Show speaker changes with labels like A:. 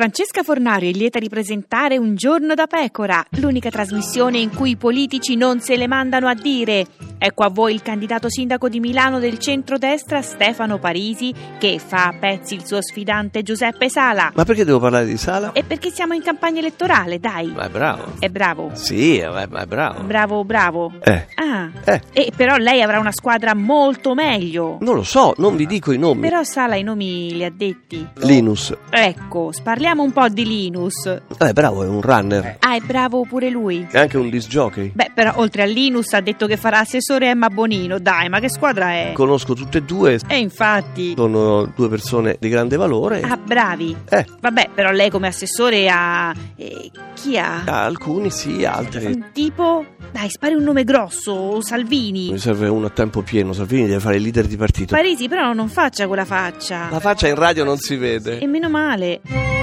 A: Francesca Fornario è lieta di presentare Un giorno da pecora, l'unica trasmissione in cui i politici non se le mandano a dire. Ecco a voi il candidato sindaco di Milano del centrodestra Stefano Parisi che fa a pezzi il suo sfidante Giuseppe Sala.
B: Ma perché devo parlare di Sala?
A: E perché siamo in campagna elettorale, dai.
B: Ma è bravo.
A: È bravo.
B: Sì, eh, ma è, ma è bravo.
A: Bravo, bravo.
B: Eh,
A: Ah,
B: eh,
A: e però lei avrà una squadra molto meglio.
B: non lo so, non vi dico i nomi.
A: Però Sala i nomi li ha detti.
B: Linus,
A: Ecco, parliamo un po' di Linus.
B: eh, bravo, è un runner.
A: Ah, è bravo pure lui.
B: È anche un disc jockey.
A: Beh, però oltre a Linus ha detto che farà assessore Emma Bonino. Dai, ma che squadra è?
B: Conosco tutte e due,
A: E infatti.
B: sono due persone di grande valore.
A: Ah, bravi.
B: Eh,
A: Vabbè, però lei come assessore ha. eh, chi ha?
B: alcuni Ah, sì, altri.
A: Un tipo. Dai, spari un nome grosso, Salvini.
B: Mi serve uno a tempo pieno, Salvini deve fare il leader di partito. Ah,
A: Parisi, però non faccia quella faccia.
B: eh. La faccia in radio non si vede.
A: E meno male.